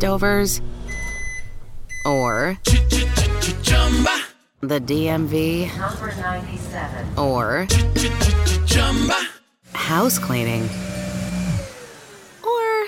leftovers, or the DMV, Number 97. or house cleaning, or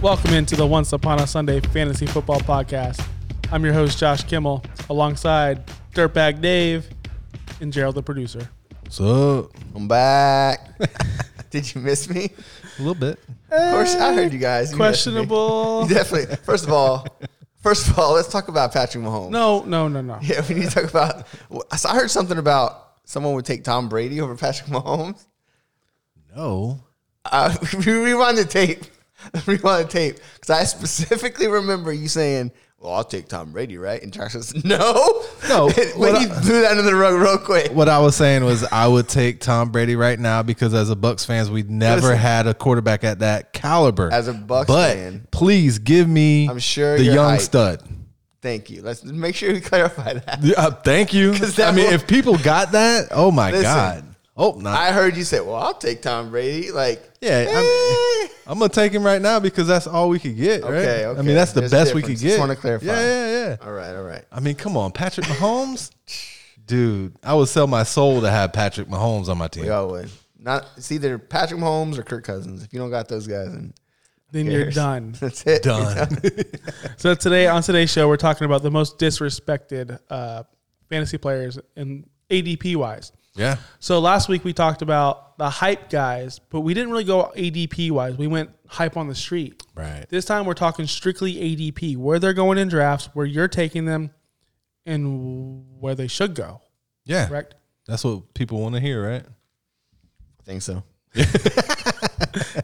Welcome into the Once Upon a Sunday Fantasy Football Podcast. I'm your host, Josh Kimmel, alongside Dirtbag Dave and Gerald, the producer. What's up? I'm back. Did you miss me? A little bit. Of course, I heard you guys. You missed me. Questionable. You definitely. First of all, first of all, let's talk about Patrick Mahomes. No, no, no, no. Yeah, we need to talk about. So I heard something about someone would take Tom Brady over Patrick Mahomes. No. Uh, rewind the tape. Rewind the tape because I specifically remember you saying. Well, I'll take Tom Brady, right? And Josh says, "No, No, when what he I- blew that under the rug real quick. What I was saying was I would take Tom Brady right now because as a Bucks fans, we never Listen. had a quarterback at that caliber. As a Bucks but fan. please give me I'm sure the you're young hyped. stud. Thank you. Let's make sure we clarify that. Yeah, uh, thank you. 'Cause I that mean, was- if people got that, oh my Listen. god. Oh no. I heard you say, "Well, I'll take Tom Brady." Like, eh. yeah, I'm, I'm gonna take him right now because that's all we could get. right? Okay, okay. I mean, that's the There's a best we could difference. get. Just wanna clarify. Yeah, yeah, yeah. all right, all right. I mean, come on, Patrick Mahomes, dude. I would sell my soul to have Patrick Mahomes on my team. We all would. Not it's either Patrick Mahomes or Kirk Cousins. If you don't got those guys, then Then who you're cares? done. That's it. Done. So today on today's show, we're talking about the most disrespected uh, fantasy players in ADP wise. yeah. So last week we talked about the hype guys, but we didn't really go ADP wise. We went hype on the street. Right. This time we're talking strictly ADP, where they're going in drafts, where you're taking them, and where they should go. Yeah. Correct. That's what people want to hear, right? I think so.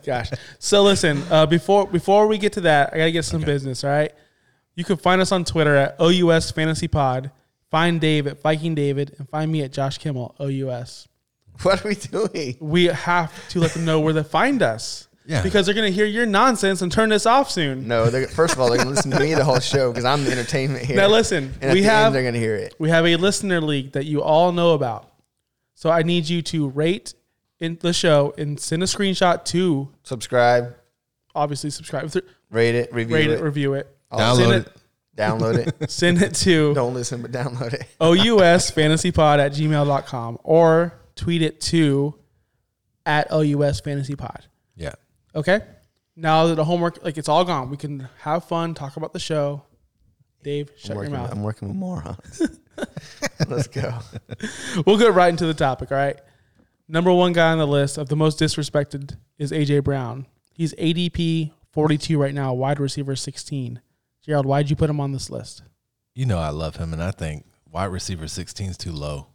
Gosh. So listen, uh, before before we get to that, I gotta get some business. All right. You can find us on Twitter at OUS Fantasy Pod. Find Dave at Viking David, and find me at Josh Kimmel OUS. What are we doing? We have to let them know where to find us. Yeah. Because they're gonna hear your nonsense and turn this off soon. No, they're, first of all, they're gonna listen to me the whole show because I'm the entertainment here. Now listen, and at we the have end, they're gonna hear it. we have a listener league that you all know about. So I need you to rate in the show and send a screenshot to Subscribe, obviously subscribe, rate it, review rate it, it, review it, Download send Oh, it. download it. send it to Don't listen, but download it. ousfantasypod at gmail.com or tweet it to at ousfantasypod. Yeah. Okay. Now that the homework, like it's all gone, we can have fun, talk about the show. Dave, shut I'm your working, mouth. I'm working with morons. Let's go. We'll go right into the topic. All right. Number one guy on the list of the most disrespected is AJ Brown. He's ADP 42 right now, wide receiver 16. Gerald, why'd you put him on this list? You know I love him, and I think wide receiver 16 is too low.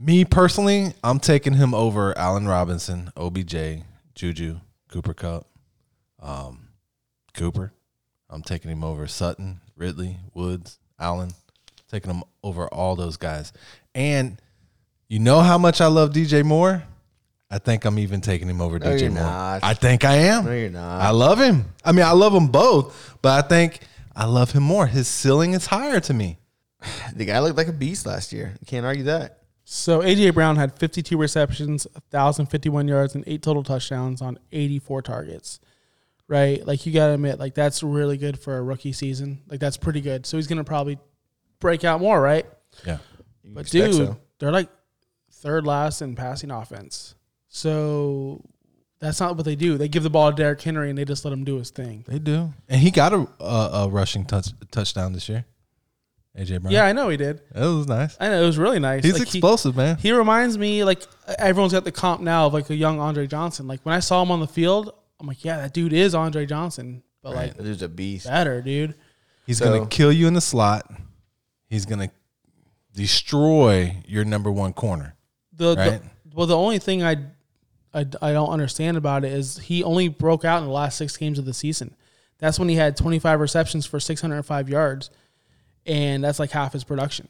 Me personally, I'm taking him over Allen Robinson, OBJ, Juju, Cooper Cup, um, Cooper. I'm taking him over Sutton, Ridley, Woods, Allen. Taking him over all those guys. And you know how much I love DJ Moore? I think I'm even taking him over No, DJ you're Moore. not. I think I am. No, you're not. I love him. I mean, I love them both, but I think I love him more. His ceiling is higher to me. The guy looked like a beast last year. Can't argue that. So AJ Brown had 52 receptions, 1,051 yards, and eight total touchdowns on 84 targets. Right? Like you gotta admit, like that's really good for a rookie season. Like that's pretty good. So he's gonna probably break out more, right? Yeah. But expect dude, so. they're like third last in passing offense. So that's not what they do. They give the ball to Derrick Henry and they just let him do his thing. They do. And he got a, a, a rushing touch, touchdown this year. AJ Brown. Yeah, I know he did. It was nice. I know it was really nice. He's Like, he- explosive, man. He reminds me like everyone's got the comp now of like a young Andre Johnson. Like when I saw him on the field, I'm like, yeah, that dude is Andre Johnson, but like That dude's a beast. better, dude. He's So- going to kill you in the slot. He's going to destroy your number one corner. The, the- Right. well, the only thing I, I I don't understand about it is he only broke out in the last six games of the season. That's when he had 25 receptions for 605 yards, and that's like half his production.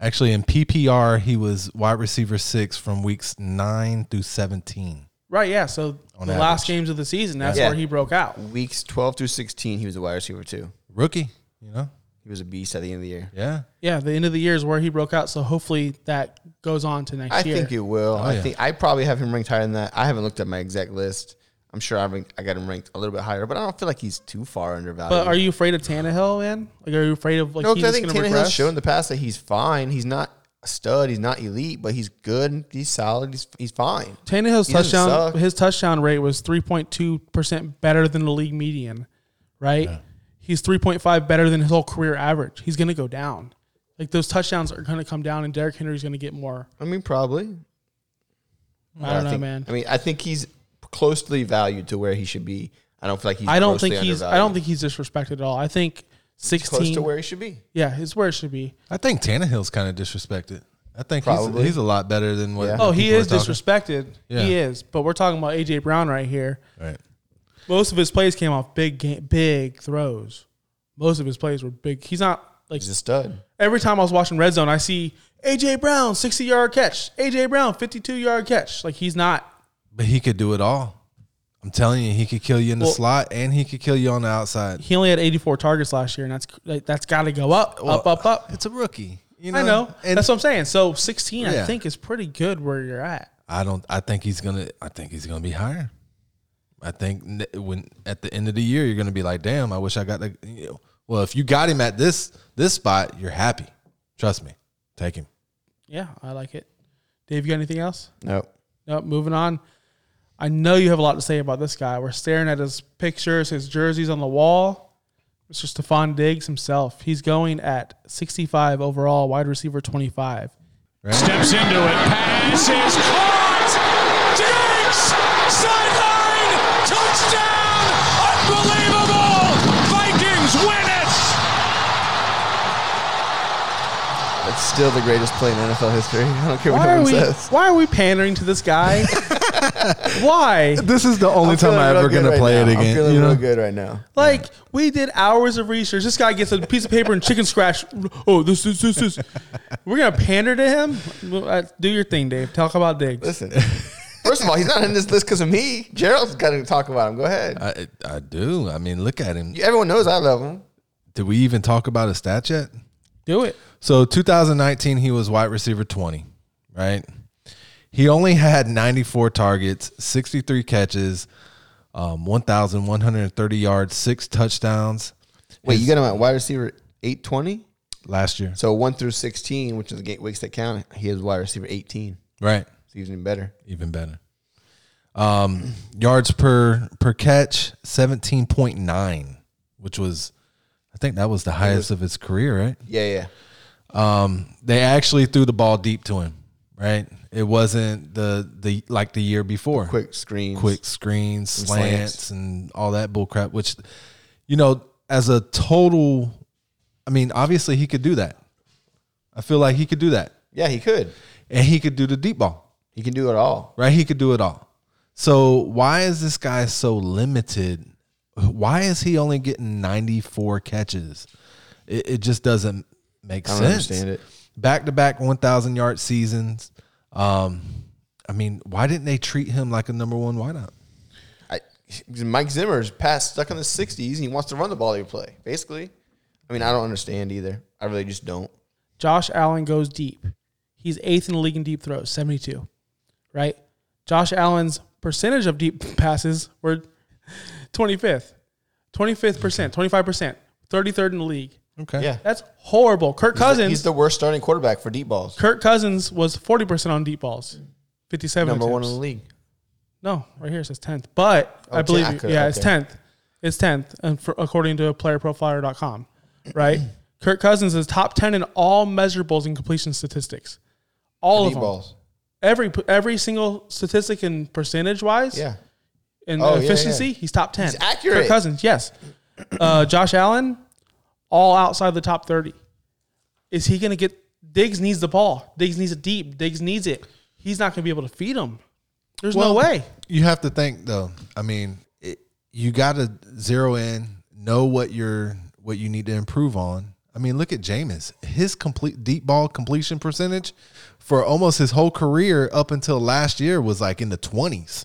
Actually, in PPR, he was wide receiver six from weeks nine through 17. Right? Yeah. So On the last average. games of the season, that's Yeah. where he broke out. Weeks 12 through 16, he was a wide receiver, too. Rookie, you know? He was a beast at the end of the year. Yeah. Yeah, the end of the year is where he broke out. So hopefully that goes on to next I year. Oh, think it will. I yeah. think I probably have him ranked higher than that. I haven't looked at my exact list. I'm sure I've I got him ranked a little bit higher, but I don't feel like he's too far undervalued. But are you afraid of Tannehill, man? Like, are you afraid of like No, he's because I just think going to Tannehill's regress? shown in the past that he's fine. He's not a stud. He's not elite, but he's good. He's solid. He's he's fine. Tannehill's He doesn't touchdown, suck. his touchdown rate was three point two percent better than the league median, right? He's three point five better than his whole career average. He's going to go down. Like those touchdowns are going to come down, and Derrick Henry's going to get more. I mean, probably. I don't know, think, man. I mean, I think he's closely valued to where he should be. I don't feel like he's. I don't think grossly he's. I undervalued. don't think he's disrespected at all. I think close sixteen. to where he should be. yeah, it's where it should be. I think Tannehill's kind of disrespected. I think he's, Probably. he's a lot better than what. Yeah. the Oh, he people is are talking. disrespected. Yeah. He is. But we're talking about AJ Brown right here. Right. Most of his plays came off big game, big throws. Most of his plays were big. He's not like He's a stud. every time I was watching Red Zone, I see AJ Brown sixty yard catch, AJ Brown fifty two yard catch. Like he's not. But he could do it all. I'm telling you, he could kill you in the Well- slot and he could kill you on the outside. He only had eighty four targets last year, and that's like, that's got to go up, up, up, up. It's a rookie. You know? I know. And that's what I'm saying. So sixteen, I Yeah. think, is pretty good where you're at. I don't. I think he's gonna. I think he's gonna be higher. I think n- when at the end of the year you're gonna be like, damn, I wish I got the. You know, well, if you got him at this this spot, you're happy. Trust me. Take him. Yeah, I like it. Dave, you got anything else? No. Nope. Moving on. I know you have a lot to say about this guy. We're staring at his pictures, his jerseys on the wall. Mr. Stephon Diggs himself. He's going at 65 overall, wide receiver 25. Steps into it. Pass is caught. Diggs! Sideline! Touchdown! Unbelievable! Vikings win it! That's still the greatest play in NFL history. I don't care what Why are anyone we? says. Why are we pandering to this guy? why? This is the only I'm feeling real good right now. I'm feeling real good right now. Like we did hours of research. This guy gets a piece of paper and chicken scratch. Oh, this, this, this, this. We're gonna pander to him. Well, uh, Do your thing, Dave. Talk about Diggs. Listen, first of all, he's not in this list because of me. Gerald's got to talk about him. Go ahead. I, I do. I mean, look at him. Everyone knows I love him. Did we even talk about his stat yet? Do it. So 2019, he was wide receiver 20, right? He only had 94 targets, 63 catches, um, 1,130 yards, six touchdowns Wait, you got him at wide receiver 820? last year. So 1 through 16, which is the gate weeks that count, he is wide receiver 18. Right. So he's even better. Even better. Um, yards per per catch, 17.9, which was, I think that was the highest of his career, right? Yeah, yeah. They actually threw the ball deep to him, right? It wasn't the the like the year before. Quick screen. quick screens, slants. slants, and all that bullcrap. Which, you know, as a total, I mean, obviously he could do that. I feel like he could do that, Yeah, he could. and he could do the deep ball, He can do it all. right? He could do it all. So why is this guy so limited? Why is he only getting ninety four catches? It, it just doesn't make I don't sense. understand it. Back to back one thousand yard seasons. Um, I mean, why didn't they treat him like a number one wideout? I, Mike Zimmer's pass stuck in the 60s, and he wants to run the ball every play, basically. I mean, I don't understand either. I really just don't. Josh Allen goes deep. He's eighth in the league in deep throws, 72. Right? Josh Allen's percentage of deep passes were 25th. 25th percent, 25%, 33rd in the league. Okay. Yeah. That's horrible. Kirk Cousins He's the worst starting quarterback for deep balls. Kirk Cousins was 40% on deep balls. 57 Number one in attempts. the league. No, right here it says 10th. But Oh, I believe yeah, I you- could- yeah, it's okay. 10th. It's 10th and for, according to playerprofiler.com, right? Kirk Cousins is top 10 in all measurables and completion statistics. All of Deep them. balls. every every single statistic and percentage wise Yeah. and Oh, yeah, efficiency, yeah. he's top ten. He's accurate. Kirk Cousins, yes. Uh, Josh Allen, all outside the top thirty. Is he going to get Diggs needs the ball. Diggs needs it deep. Diggs needs it. He's not going to be able to feed him. There's no way. You have to think though. I mean, it, you got to zero in, know what you're what you need to improve on. I mean, look at Jameis. His complete deep ball completion percentage for almost his whole career up until last year was like in the 20s.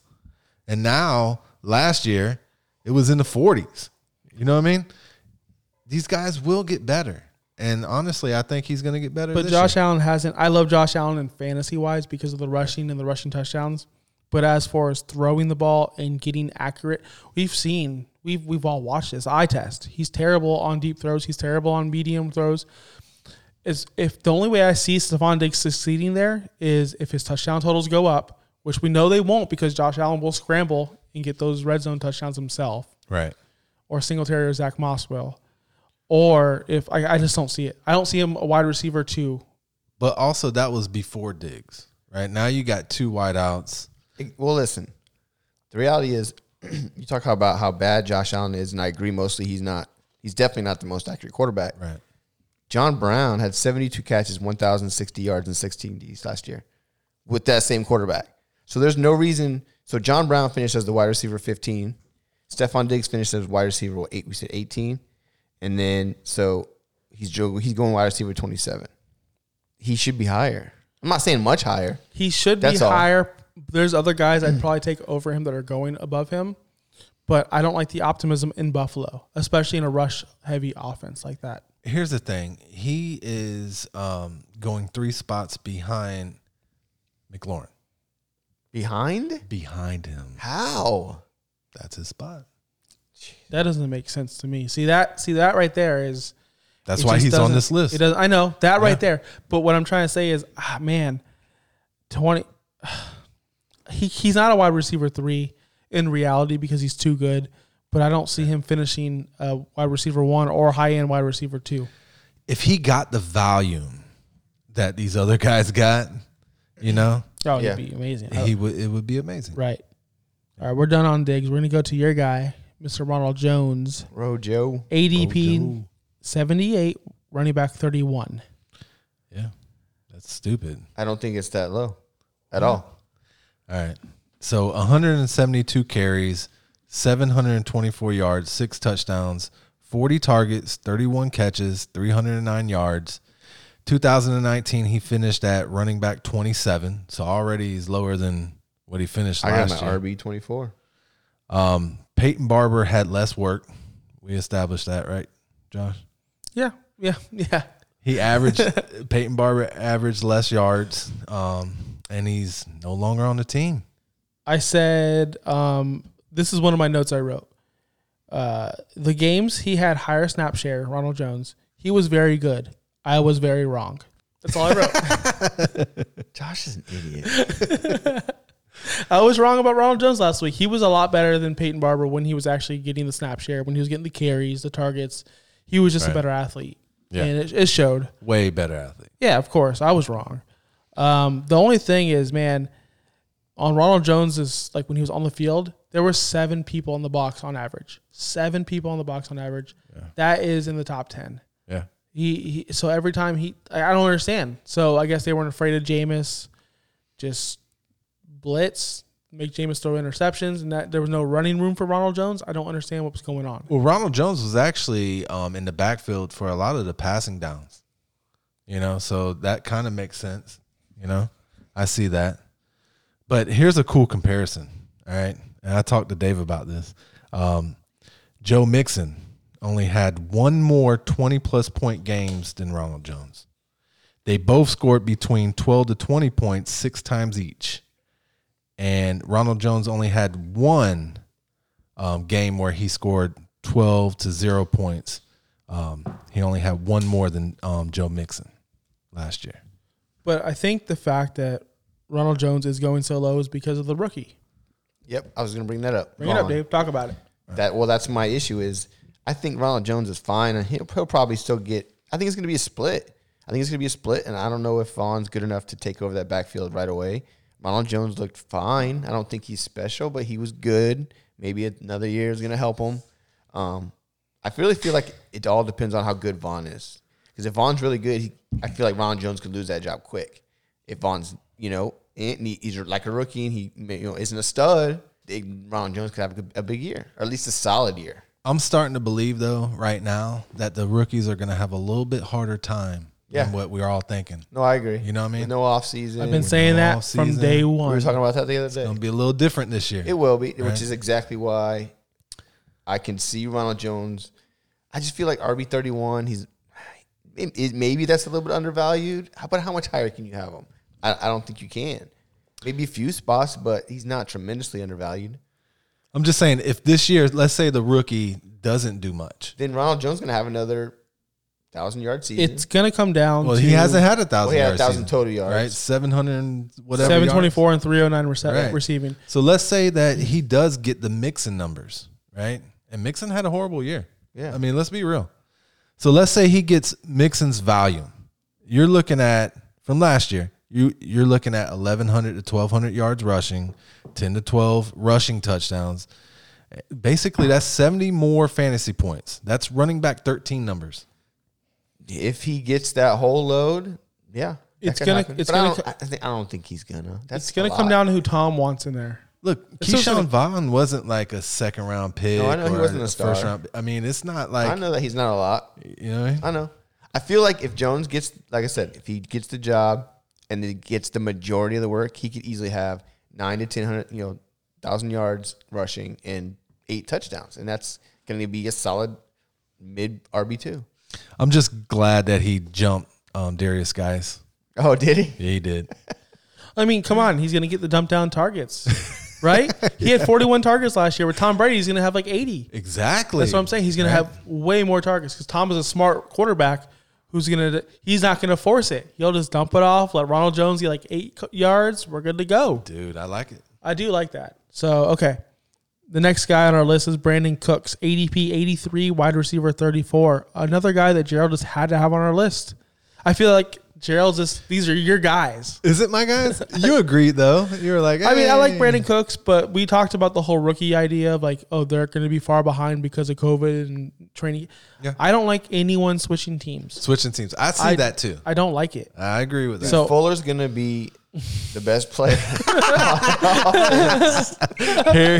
And now last year it was in the 40s. You know what I mean? These guys will get better. And honestly, I think he's going to get better. But this Josh year. Allen hasn't. I love Josh Allen in fantasy wise because of the rushing and the rushing touchdowns. But as far as throwing the ball and getting accurate, we've seen we've we've all watched this eye test. He's terrible on deep throws. He's terrible on medium throws. Is if the only way I see Stephon Diggs succeeding there is if his touchdown totals go up, which we know they won't because Josh Allen will scramble and get those red zone touchdowns himself right. or Singletary or Zach Moss will. Or if I, I just don't see it. I don't see him a wide receiver too. But also that was before Diggs. Right? Now you got two wideouts. It- Well, listen. The reality is, you talk how- about how bad Josh Allen is, and I agree mostly he's not. He's definitely not the most accurate quarterback. Right. John Brown had 72 catches, 1,060 yards, and 16 Ds last year with that same quarterback. So there's no reason. So John Brown finished as the wide receiver 15. Stephon Diggs finished as wide receiver what, eight. We said 18, and then so he's jo- he's going wide receiver 27. He should be higher. I'm not saying much higher. He should That's be all. higher. There's other guys I'd probably take over him that are going above him, but I don't like the optimism in Buffalo, especially in a rush heavy offense like that. here's the thing he is um, going three spots behind mclaurin Behind? behind him How? that's his spot That doesn't make sense to me. See that? See that right there is. that's it why just he's on doesn't- this list It does. I know that Yeah. right there. But what I'm trying to say is, ah, man, twenty. He he's not a wide receiver three in reality because he's too good. But I don't see him finishing uh, wide receiver one or high end wide receiver two. if he got the volume that these other guys got you know Oh, Yeah. he'd be amazing. I- he would it would be amazing right. All right, we're done on digs. We're gonna go to your guy, Mr. Ronald Jones, Rojo. ADP seventy eight, running back thirty one. yeah that's stupid I don't think it's that low at all. all right so 172 carries 724 yards six touchdowns 40 targets 31 catches 309 yards 2019, he finished at running back 27. So already he's lower than what he finished I got last my year. RB 24. Um, Peyton Barber had less work. We established that, right, Josh? Yeah, yeah, yeah. He averaged, Peyton Barber averaged less yards, um, and he's no longer on the team. I said, um, this is one of my notes I wrote. Uh, the games he had higher snap share, Ronald Jones, he was very good. I was very wrong. That's all I wrote. Josh is an idiot. I was wrong about Ronald Jones last week. He was a lot better than Peyton Barber when he was actually getting the snap share, when he was getting the carries, the targets. He was just a Right. better athlete. Yeah. And it, it showed. Way better athlete. Yeah, of course. I was wrong. Um, the only thing is, man, on Ronald Jones is like when he was on the field, there were seven people in the box on average. Seven people in the box on average. That is in the top ten. Yeah. He, he so every time he I I don't understand. So I guess they weren't afraid of Jameis. Just blitz, make Jameis throw interceptions, and that there was no running room for Ronald Jones. I don't understand what was going on. Well, Ronald Jones was actually um, in the backfield for a lot of the passing downs, you know, so that kind of makes sense, you know. I see that. But here's a cool comparison, all right? And I talked to Dave about this. Um, Joe Mixon only had one more 20 plus point games than Ronald Jones. They both scored between 12 to 20 points six times each. And Ronald Jones only had one um, game where he scored 12 to zero points. Um, he only had one more than um, Joe Mixon last year. But I think the fact that Ronald Jones is going so low is because of the rookie. Yep, I was going to bring that up. Bring it up, Vaughn. Dave. Talk about it. That well, that's my issue. Is I think Ronald Jones is fine, and he'll, he'll probably still get. I think it's going to be a split. I think it's going to be a split, and I don't know if Vaughn's good enough to take over that backfield right away. Ronald Jones looked fine. I don't think he's special, but he was good. Maybe another year is going to help him. Um, I really feel like it all depends on how good Vaughn is. 'Cause Because if Vaughn's really good, he, I feel like Ron Jones could lose that job quick. If Vaughn's, you know, and he, he's like a rookie and he you know isn't a stud, they, Ron Jones could have a, good- a big year, or at least a solid year. I'm starting to believe though right now that the rookies are going to have a little bit harder time Yeah. than what we're all thinking. No, I agree. You know what I mean? With no off season. I've been saying that off from season. day we one. were talking about that the other day. It'll be a little different this year. It will be, which is exactly why I can see Ronald Jones. I just feel like RB thirty one. He's it- it- maybe that's a little bit undervalued. How about how much higher can you have him? I, I don't think you can. Maybe a few spots, but he's not tremendously undervalued. I'm just saying if this year, let's say the rookie doesn't do much. Then Ronald Jones gonna have another thousand yard season. it's gonna come down. Well, to he hasn't had a Well, thousand. he had yard 1,000 season, total yards. right? Seven hundred whatever. seven twenty yards. four and three hundred nine rece- Right. receiving. So let's say that he does get the Mixon numbers, right? And Mixon had a horrible year. Yeah. I mean, let's be real. So let's say he gets Mixon's volume. You're looking at from last year. You you're looking at 1100 to 1200 yards rushing, 10 to 12 rushing touchdowns. Basically, that's 70 more fantasy points. That's running back 13 numbers. if he gets that whole load, yeah, that It's could gonna- happen. it's But I gonna don't- co- I, think, I don't think he's gonna. That's It's gonna a come lot. down to who Tom wants in there. Look, It's so Keyshawn silly. Vaughn wasn't like a second round pick. No, I know he or wasn't a star. First round. I mean, it's not like I know that he's not a lot. you know. what I mean? I know. I feel like if Jones gets, like I said, if he gets the job and he gets the majority of the work, he could easily have nine to ten hundred, you know, thousand yards rushing and eight touchdowns, and that's going to be a solid mid RB two. I'm just glad that he jumped um, Darius guys. Oh, did he? Yeah, he did. I mean, come on, he's gonna get the dump down targets, right? He had forty one targets last year. With Tom Brady, he's gonna have like eighty. exactly. That's what I'm saying. He's going Right? to have way more targets because Tom is a smart quarterback who's going to, he's not going to force it. He'll just dump it off, let Ronald Jones get like eight co- yards. We're good to go. Dude, I like it. I do like that. So, okay. The next guy on our list is Brandon Cooks, ADP 83, wide receiver 34. Another guy that Gerald just had to have on our list. I feel like Gerald just, these are your guys. Is it my guys? You agreed though. You were like, I mean, I like "Hey." Brandon Cooks, but we talked about the whole rookie idea of like, oh, they're going to be far behind because of COVID and training. Yeah. I don't like anyone switching teams. switching teams. I see I, that too. I don't like it. I agree with that. So- Fuller's going to be the best player. here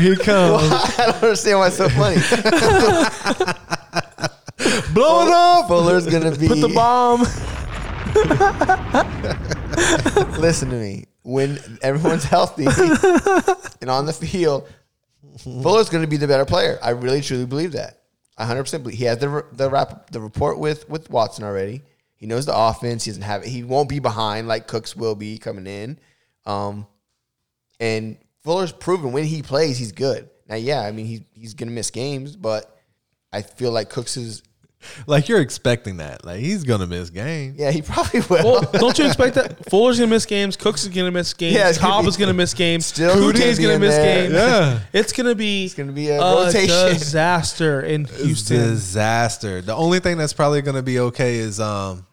he comes, I don't understand why it's so funny. blowing Oh, up. Fuller's going to be. Put the bomb. Listen to me. When everyone's healthy and on the field, Fuller's going to be the better player. I really truly believe that. I 100% believe he has the the rap, the report with with Watson already. He knows the offense. He doesn't have it. He won't be behind like Cooks will be coming in. Um, and Fuller's proven when he plays, he's good. Now, yeah, I mean he's he's going to miss games, but I feel like Cooks is Like you're expecting that. Like he's gonna miss games. yeah he probably will. Well, don't you expect that? Fuller's going to miss games. Cooks is going to miss games. Yeah, Yeah, it's gonna Cobb be- is going to miss games. Still Kute's gonna going be to in miss there. games. Yeah. It's going to be it's gonna be a rotation. disaster in Houston. Disaster. The only thing that's probably gonna be okay is um,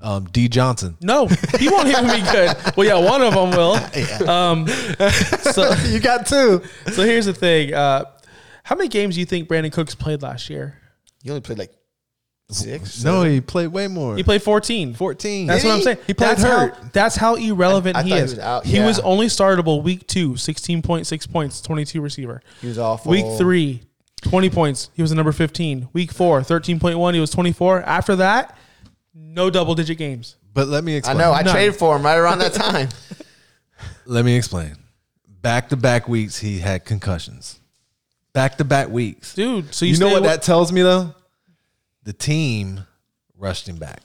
um, D Johnson. No, he won't even be good. Well, yeah, one of them will. Um, so, You got two. So here's the thing. Uh, how many games do you think Brandon Cooks played last year? He only played like six. No, he played way more. He played 14. 14. That's what I'm he? saying. He played that's hurt. How, that's how irrelevant I- I he thought he is. was out, He yeah. was only startable week two, 16.6 points, 22 receiver. He was awful. Week Oh. three, 20 points. He was a number 15. Week four, 13.1. He was 24. After that, no double digit games. But let me I explain. know. I None. traded for him right around that time. Let me explain. Back to back weeks, he had concussions. Back to back weeks. Dude, so you you, know stay what wa- that tells me though? The team rushed him back.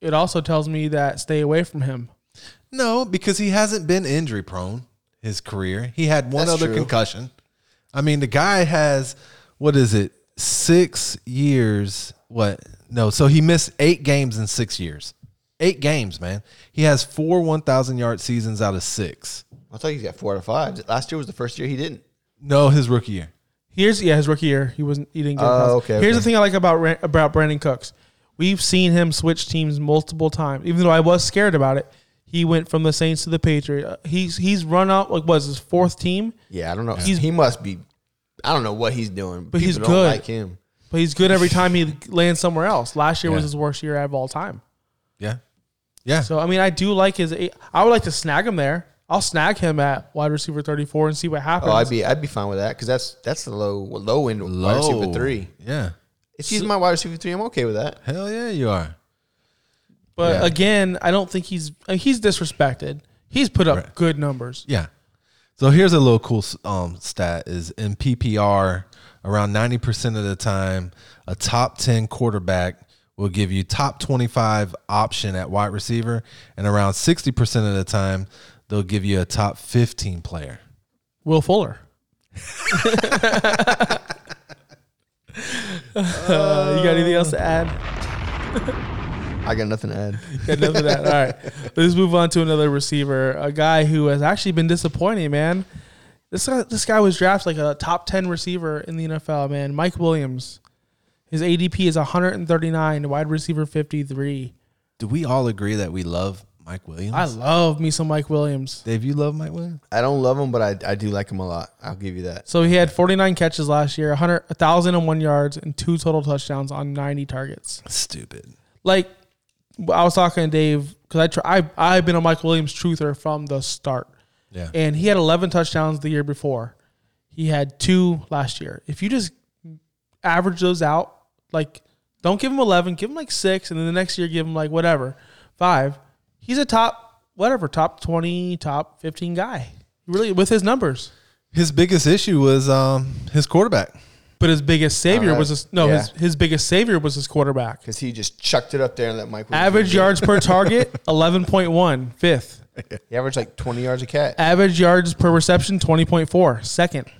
It also tells me that stay away from him. No, because he hasn't been injury prone his career. He had one That's other true. concussion. I mean, the guy has what is it? 6 years what? No, so he missed 8 games in 6 years. 8 games, man. He has 4 1000 yard seasons out of 6. I thought he's got four out of five. Last year was the first year he didn't. No, his rookie year. Here's yeah, his rookie year, he wasn't he didn't get. a Oh, Uh, pass. okay, Here's the okay. thing I like about Ran- about Brandon Cooks. We've seen him switch teams multiple times. Even though I was scared about it, he went from the Saints to the Patriots. He's he's run out like was his fourth team. Yeah, I don't know. He's- he must be. I don't know what he's doing. But he's don't good. like him. But he's good every time he lands somewhere else. Last year was Yeah. his worst year of all time. Yeah. Yeah. So I mean, I do like his. eh, I would like to snag him there. I'll snag him at wide receiver thirty four and see what happens. Oh, I'd be I'd be fine with that because that's that's the low low end wide receiver three. Yeah. If he's my wide receiver three, I'm okay with that. Hell yeah, you are. but yeah. again, I don't think he's uh, he's disrespected. He's put up Right. good numbers. Yeah. So here's a little cool um, stat: is in PPR, around ninety percent of the time, a top ten quarterback will give you top twenty five option at wide receiver, and around sixty percent of the time, they'll give you a top fifteen player. Will Fuller. Uh, you got anything else to add? I got nothing to add. Got nothing to add. All right, let's move on to another receiver, a guy who has actually been disappointing, man. This guy, this guy was drafted like a top ten receiver in the NFL, man. Mike Williams, his ADP is 139, wide receiver 53. Do we all agree that we love Mike Williams? I love me some Mike Williams. Dave, you love Mike Williams? I don't love him, but I, I do like him a lot. I'll give you that. So he had 49 catches last year, 100, 1,001 yards, and two total touchdowns on 90 targets. Stupid. like I was talking to Dave because I try I I've been a Mike Williams truther from the start, Yeah. and he had 11 touchdowns the year before. He had two last year. If you just average those out, like don't give him 11, give him like six, and then the next year give him like whatever five. He's a top whatever top 20, top 15 guy. Really with his numbers. His biggest issue was um, his quarterback. But his biggest savior All right. was his no Yeah. his, his biggest savior was his quarterback. Because he just chucked it up there and let Mike. Williams Average do it. yards per target, 11.1, fifth. He averaged like 20 yards a cat. Average yards per reception, 20.4. Second.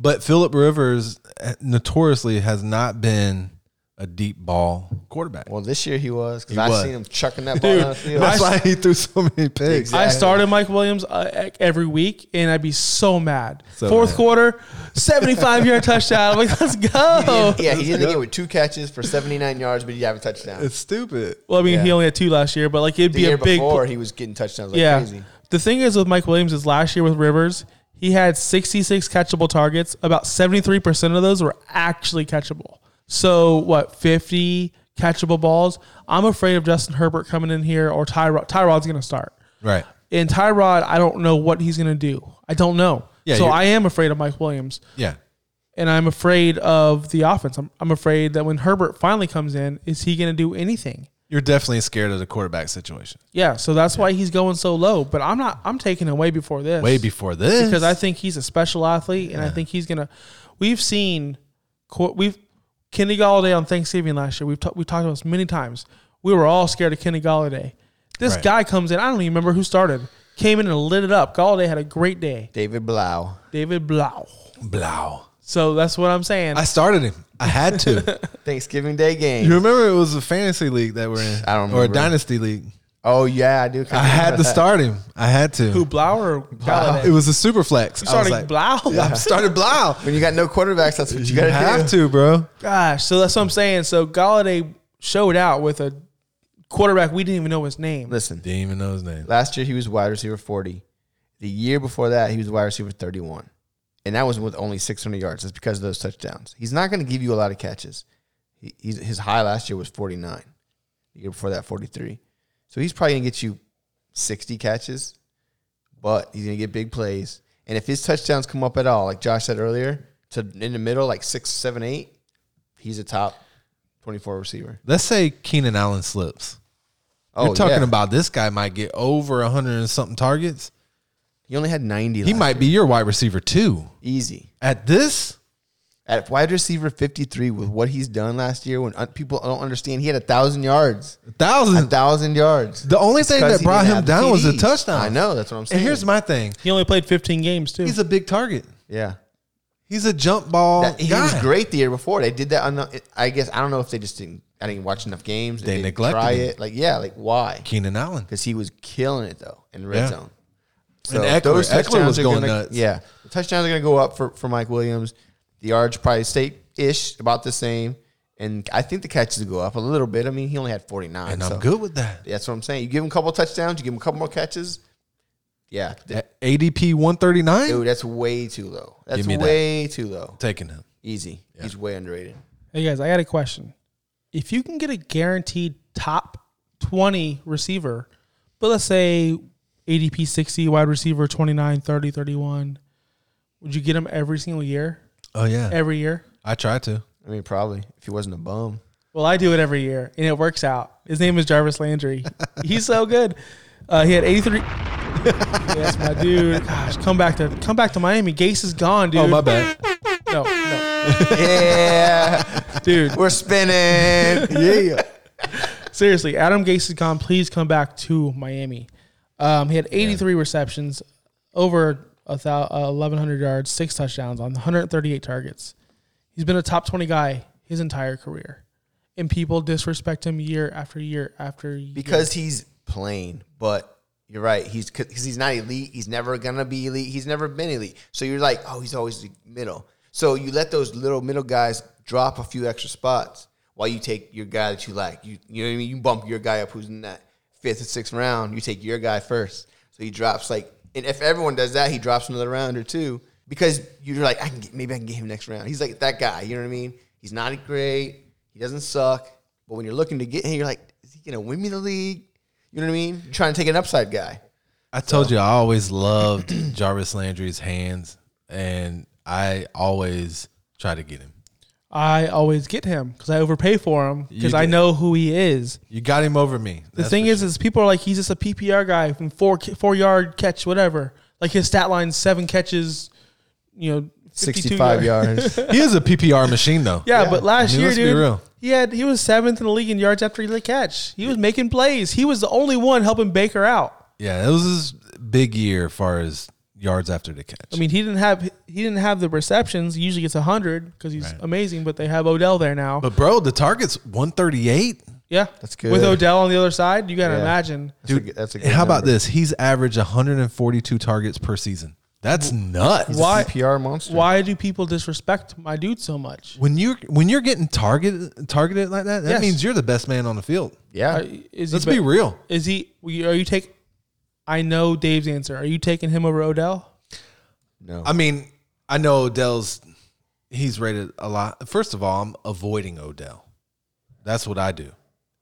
But Philip Rivers eh, notoriously has not been a deep ball quarterback. Well, this year he was because He I was. seen him chucking that ball down the field. That's I- why he threw so many picks. Exactly. I started Mike Williams uh, e- every week, and I'd be so mad. So Fourth mad. quarter, 75 yard touchdown. I'm like, let's go. yeah, he ended it with two catches for 79 yards, but he didn't have a touchdown. It's stupid. Well, I mean, he Yeah. only had two last year, but like it'd the be year a big. before he was getting touchdowns like yeah. crazy. The thing is with Mike Williams is last year with Rivers, he had 66 catchable targets. About 73% of those were actually catchable. So what, 50 catchable balls? I'm afraid of Justin Herbert coming in here or Tyrod. Tyrod's going to start. Right. And Tyrod, I don't know what he's going to do. I don't know. Yeah, so you're- I am afraid of Mike Williams, Yeah. and I'm afraid of the offense. I'm, I'm afraid that when Herbert finally comes in, is he going to do anything? You're definitely scared of the quarterback situation. Yeah, so that's why he's going so low. But I'm not. I'm taking him way before this. Way before this. because I think he's a special athlete, and I think he's gonna. We've seen, qu- we've Kenny Galladay on Thanksgiving last year. We've ta- we talked about this many times. We were all scared of Kenny Galladay. This Right. guy comes in. I don't even remember who started. Came in and lit it up. Galladay had a great day. David Blau. David Blau. Blow. So that's what I'm saying. I started him. I had to. Thanksgiving Day game. you remember it was a fantasy league that we're in. I don't Or a remember. dynasty league. oh, yeah, I do. I had to start him. I had to. Who Blau or Galladay? It was a super flex. You I was started like, Blau. I started Blow. When you got no quarterbacks, that's what you, You got to do. have to, bro. Gosh, so that's what I'm saying. So Galladay showed out with a quarterback we didn't even know his name. Listen, Didn't even know his name. last year he was wide receiver 40. The year before that, he was wide receiver 31. And that was with only 600 yards. That's because of those touchdowns. He's not going to give you a lot of catches. He, he's, his high last year was 49. The year before that, 43. So he's probably going to get you 60 catches, but he's going to get big plays. And if his touchdowns come up at all, like Josh said earlier, to in the middle, like six, seven, eight, he's a top 24 receiver. Let's say Keenan Allen slips. Oh, You're talking yeah. about this guy might get over 100 and something targets. he only had 90. He might be your wide receiver too. easy. At this, at wide receiver 53 with what he's done last year when un- people don't understand he had a thousand yards a a thousand. thousand yards The only thing Because that he brought didn't him have the down was the TDs. touchdown. i know that's what i'm saying And here's my thing: He only played 15 games too. he's a big target. yeah He's a jump ball That- he guy. was great the year before they did that on the, i guess i don't know if they just didn't i didn't watch enough games They didn't neglected try him. it like yeah like why Keenan Allen. because he was killing it though in the red Yeah. zone And Eckler- Eckler was are going gonna, nuts. Yeah, the touchdowns are going to go up for, for Mike Williams. The yards probably stay ish about the same, and I think the catches will go up a little bit. I mean, he only had forty nine. And I'm good with that. That's what I'm saying. You give him a couple touchdowns, you give him a couple more catches. Yeah, th- At ADP 139. dude, that's way too low. That's Eh. Give me that. way too low. Taking him. Easy. He's way underrated. Hey guys, I got a question. If you can get a guaranteed top 20 receiver, but let's say ADP 60, wide receiver 29, 30, 31, would you get him every single year? Oh yeah, Every year? I tried to. I mean, probably if he wasn't a bum. Well, I do it every year, and it works out. His name is Jarvis Landry. He's so good. Uh, he had 83. yes, my dude. Gosh, come back to come back to Miami. Gase is gone, dude. Oh my bad. No, no, Yeah, dude. we're spinning. Yeah, Seriously, Adam Gase is gone. Please come back to Miami. Um, he had 83 receptions, over a thou, uh, 1,100 yards, six touchdowns on 138 targets. He's been a top 20 guy his entire career, and people disrespect him year after year after year. because he's plain. But you're right. He's because he's not elite. He's never gonna be elite. He's never been elite. So you're like, oh, he's always the middle. So you let those little middle guys drop a few extra spots while you take your guy that you like. You you know what I mean. You bump your guy up who's in that fifth and sixth round. You take your guy first. So he drops like, and if everyone does that, he drops another round or two because you're like, I can get, maybe I can get him next round. He's like that guy. You know what I mean? He's not great. He doesn't suck. But when you're looking to get him, you're like, is he gonna win me the league? You know what I mean? You're trying to take an upside guy. I told you I always loved Jarvis Landry's hands, and I always try to get him. I always get him because I overpay for him because You I do. know who he is. You got him over me. The thing is, is people are like he's just a PPR guy from four four yard catch whatever. Like his stat line seven catches, you know, 52 65 yard- yards. he is a PPR machine though. Yeah, but last I mean, year, let's be dude, real. he had he was seventh in the league in yards after he catch. He was making plays. He was the only one helping Baker out. yeah, it was his big year as far as yards after the catch. I mean, he didn't have he didn't have the receptions. He usually gets hundred because he's amazing. But they have Odell there now. but bro, the target's one thirty eight. yeah, That's With good. Odell on the other side, you gotta Yeah. imagine. Dude, that's a, that's a good And how about number. this? He's averaged 142 targets per season. That's nuts. Why CPR monster. why do people disrespect my dude so much? When you're when you're getting targeted targeted like that, that Yes. means you're the best man on the field. Yeah. Are- Is Let's he, be be- real. Is he? Are you take? I know Dave's answer. Are you taking him over Odell? no. I mean, I know Odell's he's rated a lot. First of all, I'm avoiding Odell. That's what I do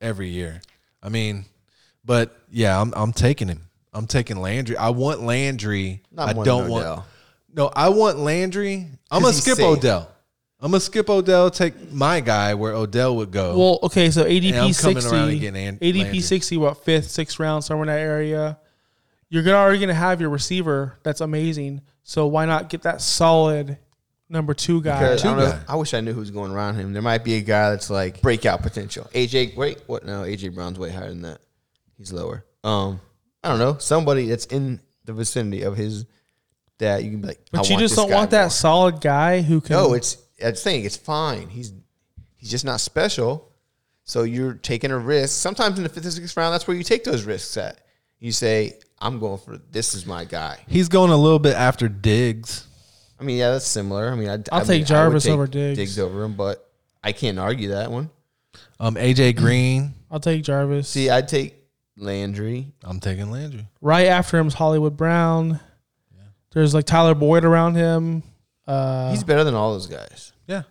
every year. I mean, but yeah, I'm I'm taking him. I'm taking Landry. I want Landry. Not I more don't than want Odell. No, I want Landry. I'm 'Cause gonna he's skip safe. Odell. I'm gonna skip Odell, take my guy where Odell would go. Well, okay, so And I'm ADP coming sixty, around again, An- ADP Landry. sixty, what fifth, sixth round, somewhere in that area. You're gonna already gonna have your receiver that's amazing. So why not get that solid number two guy? Because I, Two don't know, guy. I wish I knew who's going around him. There might be a guy that's like breakout potential. AJ, wait, what? No, AJ Brown's way higher than that. He's lower. Um, I don't know somebody that's in the vicinity of his that you can be like. I but you want just this don't guy want that more. solid guy who can. No, it's I'm saying it's fine. He's he's just not special. So you're taking a risk. Sometimes in the fifth and sixth round, that's where you take those risks at. You say, I'm going for this is my guy. he's going a little bit after Diggs. I mean, yeah, that's similar. I mean, I'd, I'll I take mean, I would Jarvis over Diggs. Diggs over him, but I can't argue that one. Um, AJ Green. I'll take Jarvis. See, I'd take Landry. I'm taking Landry. right after him is Hollywood Brown. There's like Tyler Boyd around him. Uh, He's better than all those guys. Yeah,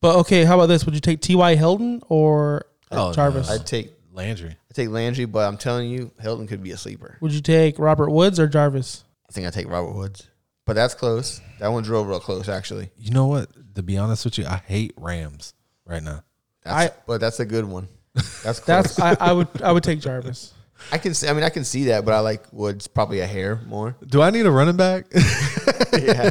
but okay, how about this? Would you take T.Y. Hilton or Oh, no. Jarvis? I'd take Landry. I'd take Landry, but I'm telling you, Hilton could be a sleeper. Would you take Robert Woods or Jarvis? I think I'd take Robert Woods. But that's close. That one drove real close, actually. You know what? To be honest with you, I hate Rams right now. That's, but that's a good one. That's close. That's I, I would I would take Jarvis. I can see. I mean, I can see that, but I like Woods probably a hair more. Do I need a running back? Yeah.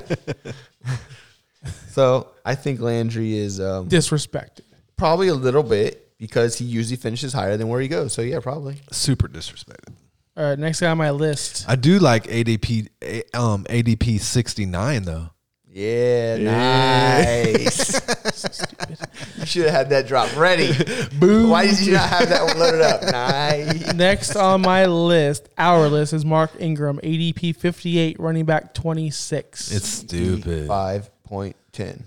so I think Landry is um, Disrespected. probably a little bit because he usually finishes higher than where he goes. So yeah, probably. Super disrespected. All right, next guy on my list. I do like ADP A- um ADP 69 though. Yeah, nice. you should have had that drop ready. Boom. Why did you not have that one loaded up? Nice. Next on my list, our list is Mark Ingram, ADP 58, running back 26. It's stupid. Five point ten.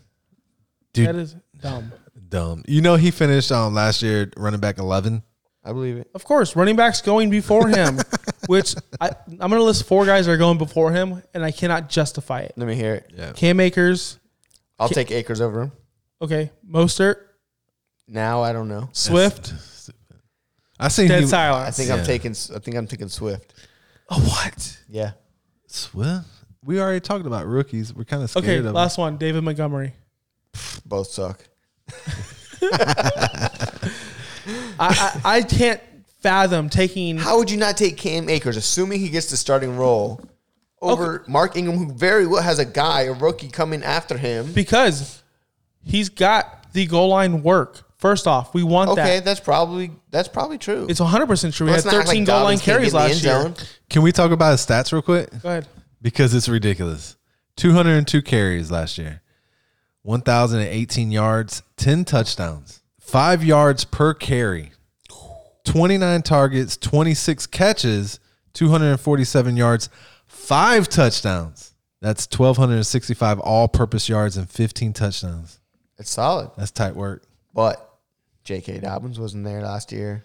that is dumb. Dumb. You know he finished um last year running back 11. I believe it. Of course, running backs going before him, which I, I'm going to list four guys that are going before him, and I cannot justify it. Let me hear it. Yeah. Cam Akers, I'll take Acres over him. okay, Mostert, Now I don't know. Swift, I seen dead you. I silence. think Yeah. I'm taking. S- I think I'm taking Swift. Oh, what? Yeah. Swift? We already talked about rookies. We're kind of scared Okay, of them. last one, David Montgomery. Both suck. I, I, I can't fathom taking. How would you not take Cam Akers, assuming he gets the starting role, over Mark Ingram, who very well has a guy, a rookie coming after him? because he's got the goal line work. First off, we want Okay, that. that's probably that's probably true. It's 100% true. We had Let's not act 13 like goal line Dobbins can't carries get in the last end year. zone. Can we talk about his stats real quick? Go ahead. Because it's ridiculous. 202 carries last year, 1,018 yards, 10 touchdowns, five yards per carry, 29 targets, 26 catches, 247 yards, five touchdowns. That's 1,265 all purpose yards and 15 touchdowns. It's solid, That's tight work. but J.K. Dobbins wasn't there last year.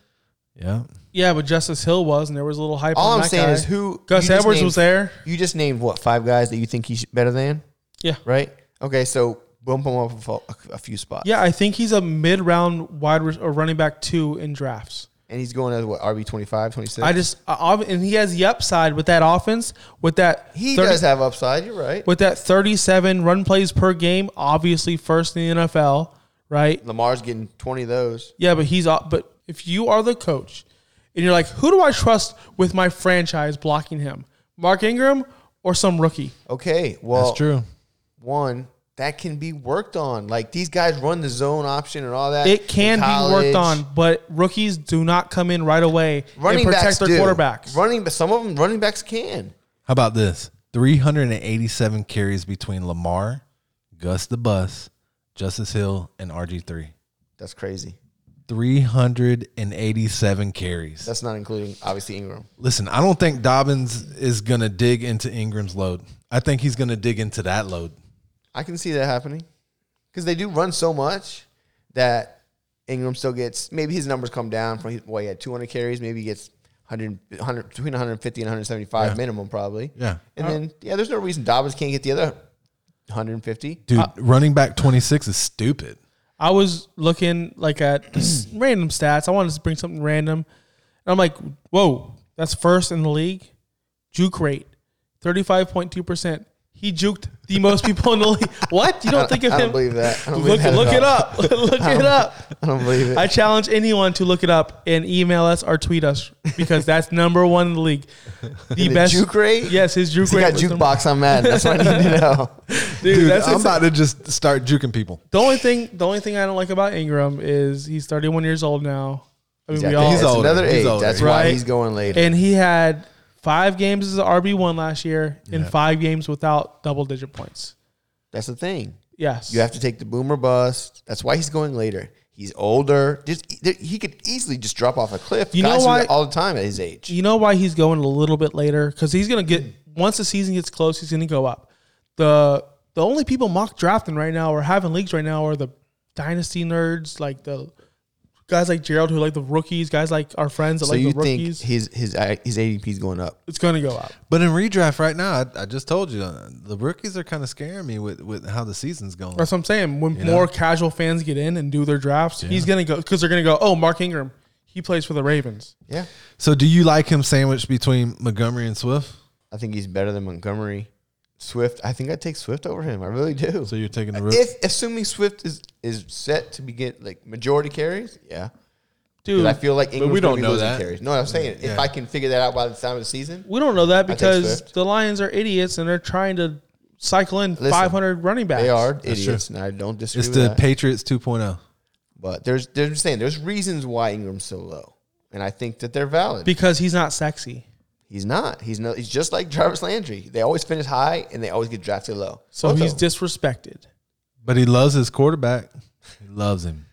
Yeah. Yeah, but Justice Hill was, and there was a little hype. All on I'm that saying guy. is who Gus you just Edwards named- was there. You just named what five guys that you think he's better than, Yeah, right? Okay, so bump him up a fo- a few spots. yeah. I think he's a mid-round wide re- or running back two in drafts. and he's going as what RB 25, 26? I just I, ob- and he has the upside with that offense with that he 30 does have upside. You're right. with that 37 run plays per game. Obviously, first in the NFL, right? Lamar's getting 20 of those. Yeah, but he's off. But if you are the coach and you're like, who do I trust with my franchise blocking him? Mark Ingram or some rookie? Okay, well, That's true. one that can be worked on. Like these guys run the zone option and all that. in It can be worked college. on, but rookies do not come in right away Running and backs protect their do. quarterbacks. Running, some of them running backs can. How about this? 387 carries between Lamar, Gus the Bus, Justice Hill, and RG3. That's crazy. 387 carries. That's not including obviously Ingram. Listen, I don't think Dobbins is going to dig into Ingram's load. I think he's going to dig into that load. I can see that happening because they do run so much that Ingram still gets maybe his numbers come down from what he had 200 carries, maybe he gets 100, 100 between 150 and 175 minimum probably. Yeah. and then yeah, there's no reason Dobbins can't get the other 150. Dude, running back 26 is stupid. I was looking like at just random stats. I wanted to bring something random. And I'm like, whoa, that's first in the league. Juke rate, 35.2%. He juked the most people in the league. What? You don't think of I him? don't believe that. I don't Look, believe that at look it all. up. look it up. I don't believe it. I challenge anyone to look it up and email us or tweet us because that's number one in the league. The, The best juke rate? Yes, his juke He rate. got was number- jukebox on Madden. That's what I need to know. Dude, Dude, that's I'm insane. about to just start juking people. the only thing. The only thing I don't like about Ingram is he's 31 years old now. I mean, we all, That's He's older. another He's age. older. That's why Right. he's going later. and he had five games as an RB one last year and five games without double digit points. That's the thing. Yes, You have to take the boomer bust. That's why he's going later. He's older. Just he could easily just drop off a cliff. You Guys know do why- that all the time at his age. you know why he's going a little bit later because he's gonna Hmm. get once the season gets close, he's gonna go up. The the only people mock drafting right now or having leagues right now are the dynasty nerds, like the guys like Gerald who like the rookies, guys like our friends that So like you the think rookies. his his his ADP is going up? it's gonna go up. But in redraft right now, I, I just told you uh, the rookies are kind of scaring me with, with how the season's going. That's what I'm saying. When more casual fans get in and do their drafts, he's gonna go because they're gonna go. Oh, Mark Ingram, he plays for the Ravens. Yeah, So, do you like him sandwiched between Montgomery and Swift? I think he's better than Montgomery. Swift, I think I take Swift over him. I really do. So you're taking the risk. if assuming Swift is is set to begin like majority carries, yeah. Dude, I feel like Ingram's we don't gonna be know losing that. carries. No, I'm saying if I can figure that out by the time of the season, We don't know that take because Swift. the Lions are idiots and they're trying to cycle in Listen, 500 running backs. they are idiots, and I don't disagree It's with the that. Patriots oh. 2.0. but there's there's I'm saying there's reasons why Ingram's so low, and I think that they're valid. because he's not sexy. he's not. He's no. He's just like Jarvis Landry. They always finish high and they always get drafted low. So Both of he's them. disrespected. But he loves his quarterback. He loves him.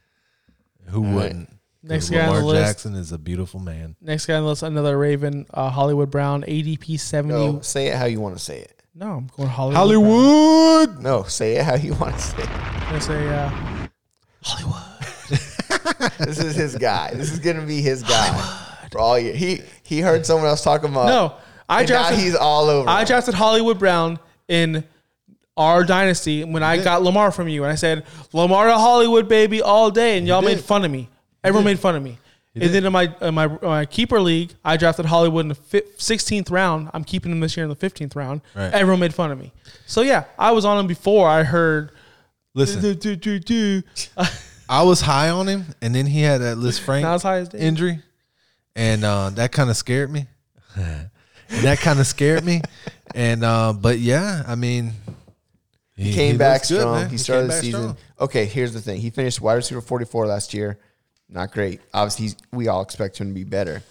Who right. wouldn't? 'Cause Next guy on Lamar the list. Jackson is a beautiful man. Next guy on the list, another Raven, uh, Hollywood Brown, ADP 70. no. No, Say it how you want to say it. I'm going Hollywood. Hollywood. No, say it how you want to say it. Brown. I'm gonna say, uh, This is his guy. This is gonna be his guy for all year. He he heard someone else talking about no, I and now drafted, he's all over. I it. drafted Hollywood Brown in our dynasty when I got Lamar from you, and I said Lamar to Hollywood, baby, all day, and y'all made did. fun of me. Everyone made fun of me. and then in my, in my my keeper league, I drafted Hollywood in the sixteenth round. I'm keeping him this year in the fifteenth round. Right. Everyone made fun of me. So yeah, I was on him before I heard. Listen, "Do, do, do, do." I was high on him, and then he had that Liz Frank Not as high as Dave. injury, and uh, that kind of scared me. and that kind of scared me, and uh, but yeah, I mean, He came back looks good, strong. man. he came started the back season. strong. Okay, here's the thing. He finished wide receiver 44 last year. Not great. Obviously, he's, we all expect him to be better.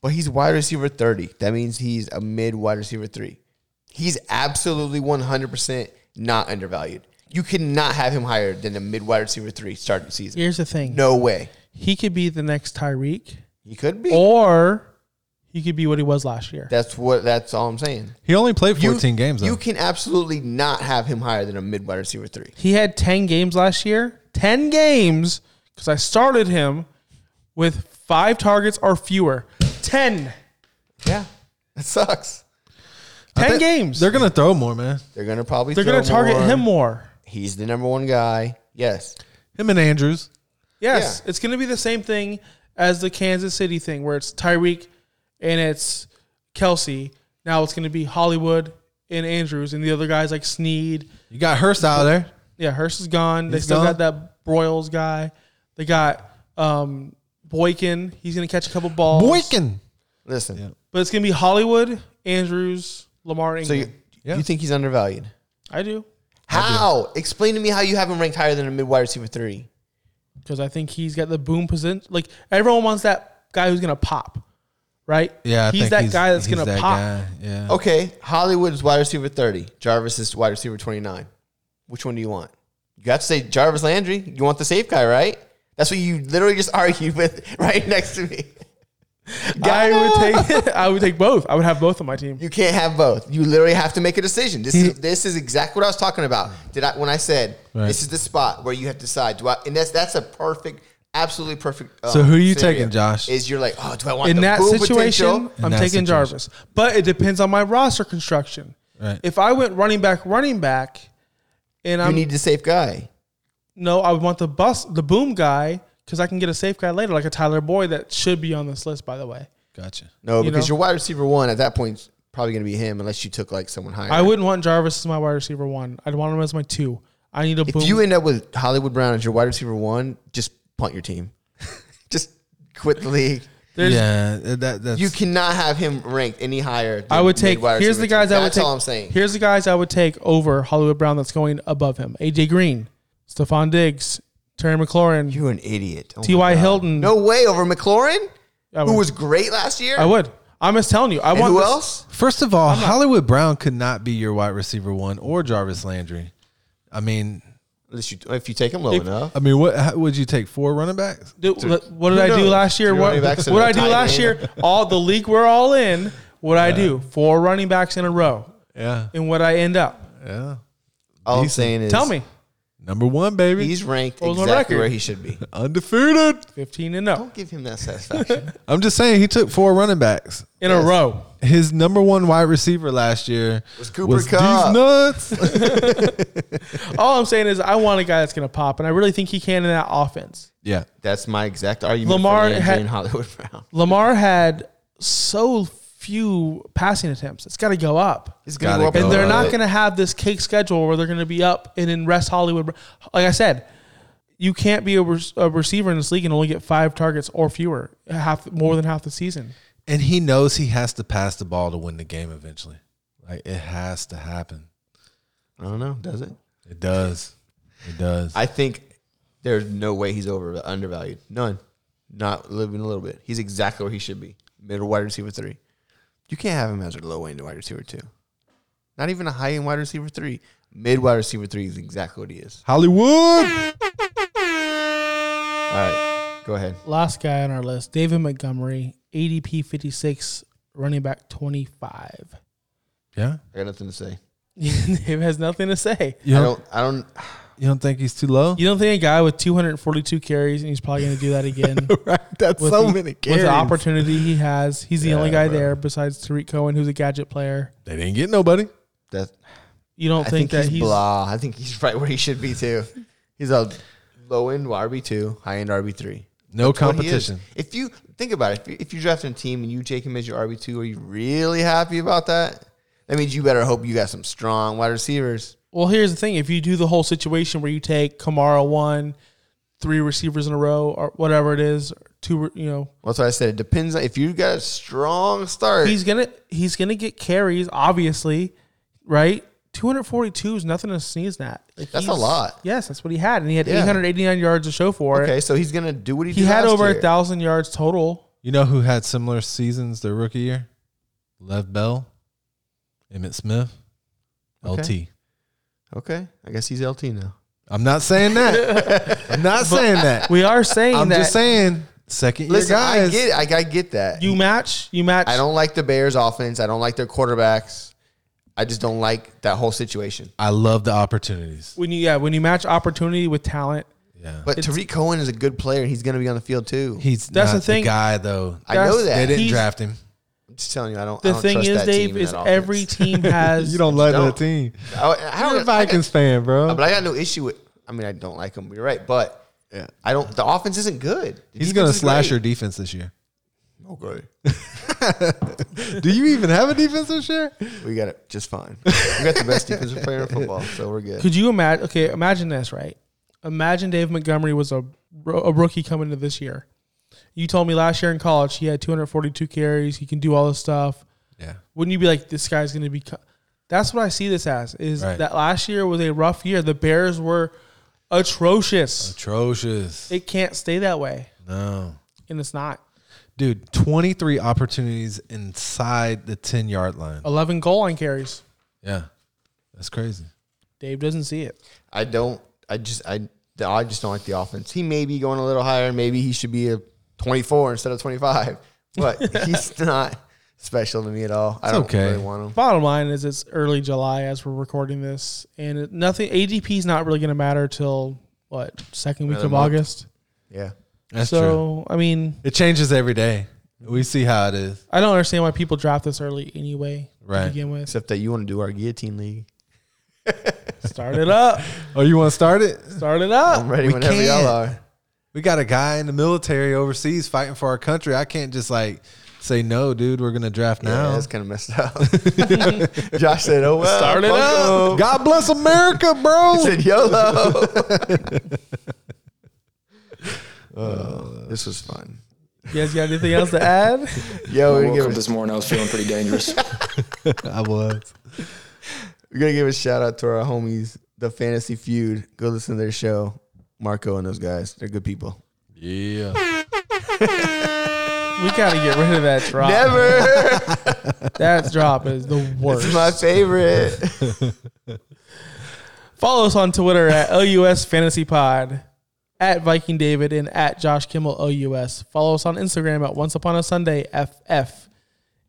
But he's wide receiver 30. That means he's a mid wide receiver 3. He's absolutely 100% not undervalued. You cannot have him higher than a mid wide receiver 3 start the season. Here's the thing. No way. He could be the next Tyreek, He could be. or he could be what he was last year. That's what that's all I'm saying. He only played You- 14 games. Though. You can absolutely not have him higher than a mid wide receiver 3. He had 10 games last year. 10 games because I started him with five targets or fewer. 10. Yeah. That sucks. 10 They- games. They're gonna throw more, man. They're going to probably They're going to throw target more. him more. He's the number one guy. Yes. Him and Andrews. Yes. Yeah. It's going to be the same thing as the Kansas City thing where it's Tyreek and it's Kelsey. Now it's going to be Hollywood and Andrews and the other guys like Sneed. You got Hurst out of there. Yeah, Hurst is gone. they He's still gone. got that Broyles guy. They got um, Boykin. He's going to catch a couple balls. Boykin. Listen. But it's gonna be Hollywood, Andrews, Lamar, So Ingram. you, you think he's undervalued? I do How? Explain to me how you have him ranked higher than a mid wide receiver three. because I think he's got the boom position. Like everyone wants that guy who's gonna pop, right? Yeah, I he's think that guy that's he's gonna that pop. guy, Yeah. Okay. Hollywood's wide receiver 30. Jarvis is wide receiver 29. Which one do you want? You have to say Jarvis Landry. You want the safe guy, right? That's what you literally just argued with right next to me. I would take. I would take both. I would have both on my team. You can't have both. You literally have to make a decision. This is this is exactly what I was talking about. Did I when I said Right. this is the spot where you have to decide? Do I? And that's that's a perfect, absolutely perfect. um, So who you scenario. taking, Josh? Is you're like, oh, do I want In the that boom situation, potential? I'm that taking situation. Jarvis, but it depends on my roster construction. Right. If I went running back, running back, and You I'm need the safe guy. no, I would want the bus, the boom guy, because I can get a safe guy later, like a Tyler Boyd that should be on this list, by the way. Gotcha. No, You because know? your wide receiver one at that point is probably going to be him, unless you took like someone higher. I wouldn't want Jarvis as my wide receiver one. I'd want him as my two. I need a If boom. you end up with Hollywood Brown as your wide receiver one, just punt your team. just quit the league. There's- yeah, that that's You cannot have him ranked any higher. Than I would take. mid wide Here's receiver the guys two. I would That's take. all I'm saying. Here's the guys I would take over Hollywood Brown. That's going above him. AJ Green, Stephon Diggs, Terry McLaurin, You're an idiot. Oh my T.Y. God. Hilton. No way over McLaurin, I who would. was great last year. I would. I'm just telling you. I And want who this- else? First of all, Hollywood Brown could not be your wide receiver one or Jarvis Landry. I mean, Unless you, if you take him low If- enough, I mean, what how, would you take four running backs? Dude, what- what did I do knows? last year? Three What, running what backs did and a I do tight last end. year? All the league we're all in. What I do? Four running backs in a row, Yeah, and what I end up? yeah. all I'm saying is, Tell me, Number one, baby, he's ranked What was my exactly record? where he should be. undefeated. fifteen and up Don't give him that satisfaction. I'm just saying, he took four running backs. in Yes. a row. His number one wide receiver last year was Cooper Kupp. These nuts. All I'm saying is I want a guy that's going to pop, and I really think he can in that offense. yeah, That's my exact argument. Lamar Lamar for had- had, Hollywood Brown. Lamar had so few passing attempts. It's got to go up. He's Gotta gonna go up go And they're not up. going to have this cake schedule where they're going to be up and in rest Hollywood. Like I said, you can't be a, re- a receiver in this league and only get five targets or fewer, half more than half the season. and he knows he has to pass the ball to win the game eventually. Like it has to happen. I don't know. Does it? It does. It does. I think there's no way he's over undervalued. None. Not living a little bit. He's exactly where he should be. Middle wide receiver three. You can't have him as a low end wide receiver two. Not even a high end wide receiver three. Mid wide receiver three is exactly what he is. Hollywood. All right. Go ahead. Last guy on our list, David Montgomery, ADP 56, running back 25. Yeah. I got nothing to say. Dave has nothing to say. You I don't, don't I don't you don't think he's too low? You don't think a guy with 242 carries, and he's probably going to do that again? right. That's with so the, many With carries. the opportunity he has, he's the only Yeah, guy bro. there besides Tariq Cohen, who's a gadget player. they didn't get nobody. that You don't I think, that think, he's he's, blah. I think he's right where he should be too. He's a low end RB two, high end RB three. No That's what he is. competition. If you think about it, if you, if you draft a team and you take him as your RB two, are you really happy about that? That means you better hope you got some strong wide receivers. Well, here's the thing: if you do the whole situation where you take Kamara one, three receivers in a row, or whatever it is, or two, re- you know, That's what I said. It depends on if you got a strong start. he's gonna he's gonna get carries, obviously, right? 242 is nothing to sneeze at. Like, That's a he's- lot. Yes, that's what he had, and he had Yeah. 889 yards to show for it. okay, so he's gonna do what he, He did had last over year. a thousand yards total. You know who had similar seasons their rookie year? Lev Bell, Emmett Smith, LT. Okay, I guess he's LT now. I'm not saying that. I'm not saying that. We are saying I'm that just saying second year Listen, I guys. get, it. I, I get that. you match, you match. I don't like the Bears offense. I don't like their quarterbacks. I just don't like that whole situation. I love the opportunities. when you yeah when you match opportunity with talent. Yeah. But Tariq Cohen is a good player and he's going to be on the field too. he's That's not the thing. guy though. I know that's- that. they didn't he's- draft him. I'm just telling you, I don't. I The don't thing trust is, that Dave, team and is that offense. every team has like don't. team. I, I don't. You're a I got, Vikings fan, bro. but I got no issue with. I mean, I don't like him. You're right, but I don't. The offense isn't good. The He's gonna defense is slash your great. defense this year. Okay, Do you even have a defense this year? we got it just fine. We got the best defensive player in football, so we're good. Could you imagine? Okay, imagine this, right? Imagine Dave Montgomery was a, ro- a rookie coming into this year. You told me last year in college he had 242 carries. He can do all this stuff. Yeah. Wouldn't you be like, this guy's going to be? co-" That's what I see this as. Is Right. that last year was a rough year. The Bears were atrocious. Atrocious. It can't stay that way, No. and it's not. Dude, 23 opportunities inside the 10 yard line. 11 goal line carries. Yeah. That's crazy. Dave doesn't see it. I don't. I just. I. the- I just don't like the offense. He may be going a little higher. Maybe he should be a 24 instead of 25. But he's not special to me at all. I don't okay. really want him. Bottom line is it's early July as we're recording this, and it, nothing ADP is not really going to matter till what second week Another of month. August. Yeah. That's true. so I mean, It changes every day. We see how it is. I don't understand why people draft this early anyway. Right. To begin with, Except that you want to do our guillotine league. start it up, Oh, you want to start it? start it up. I'm ready Oh, We whenever can't. y'all are. We got a guy in the military overseas fighting for our country. I can't just like say no, dude. We're gonna draft Yeah, now. that's kind of messed up. Josh said, "Oh well." Start it fuck up. 'em. God bless America, bro. He said YOLO. Uh, Oh, this was fun. You guys got anything else to add? Yo, I we're gonna, woke give up a, this morning. I was feeling pretty dangerous. I was. we're gonna give a shout out to our homies, the Fantasy Feud. Go listen to their show, Marco and those guys. They're good people. Yeah. we gotta get rid of that Uh, drop. Never. That drop is the It's worst. my favorite. Follow us on Twitter at LUS Fantasy Pod, at Viking David, and at Josh Kimmel LUS. Follow us on Instagram at Once Upon a Sunday FF.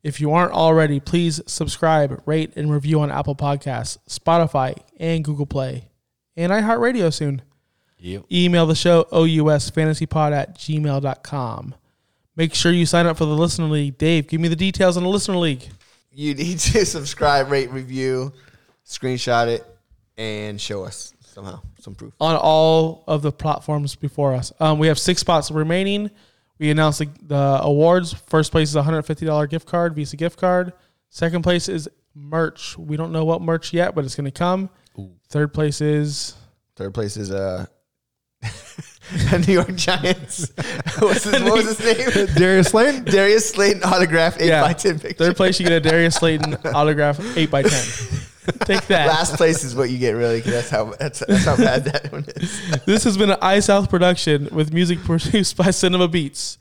If you aren't already, please subscribe, rate, and review on Apple Podcasts, Spotify, and Google Play, and iHeartRadio soon. Yep. Email the show OUSFantasyPod at gmail.com. Make sure you sign up for the Listener League. Dave, give me the details on the Listener League. you need to subscribe, rate, review, screenshot it, and show us somehow some proof. on all of the platforms before us. Um, we have six spots remaining. We announced the, the awards. First place is a hundred fifty dollar gift card, Visa gift card. Second place is merch. We don't know what merch yet, but it's going to come. Third place is Third place is uh, the New York Giants. What's his, what was his name? Darius Slayton. Darius Slayton autograph eight Yeah. by ten picture. third place. You get a Darius Slayton autograph eight by ten. Take that. Last place is what you get really. 'cause that's how that's, that's how bad that one is. This has been an iSouth production with music produced by Cinema Beats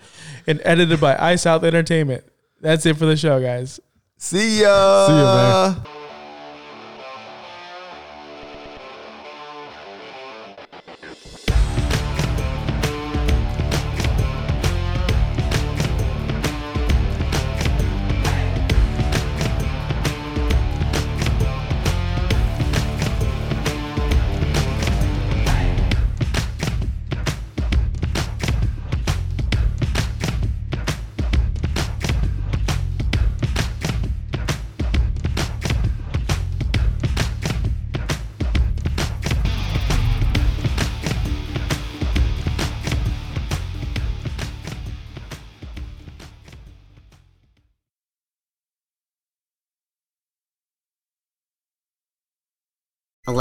and edited by iSouth Entertainment. That's it for the show, guys. See ya. See ya, man.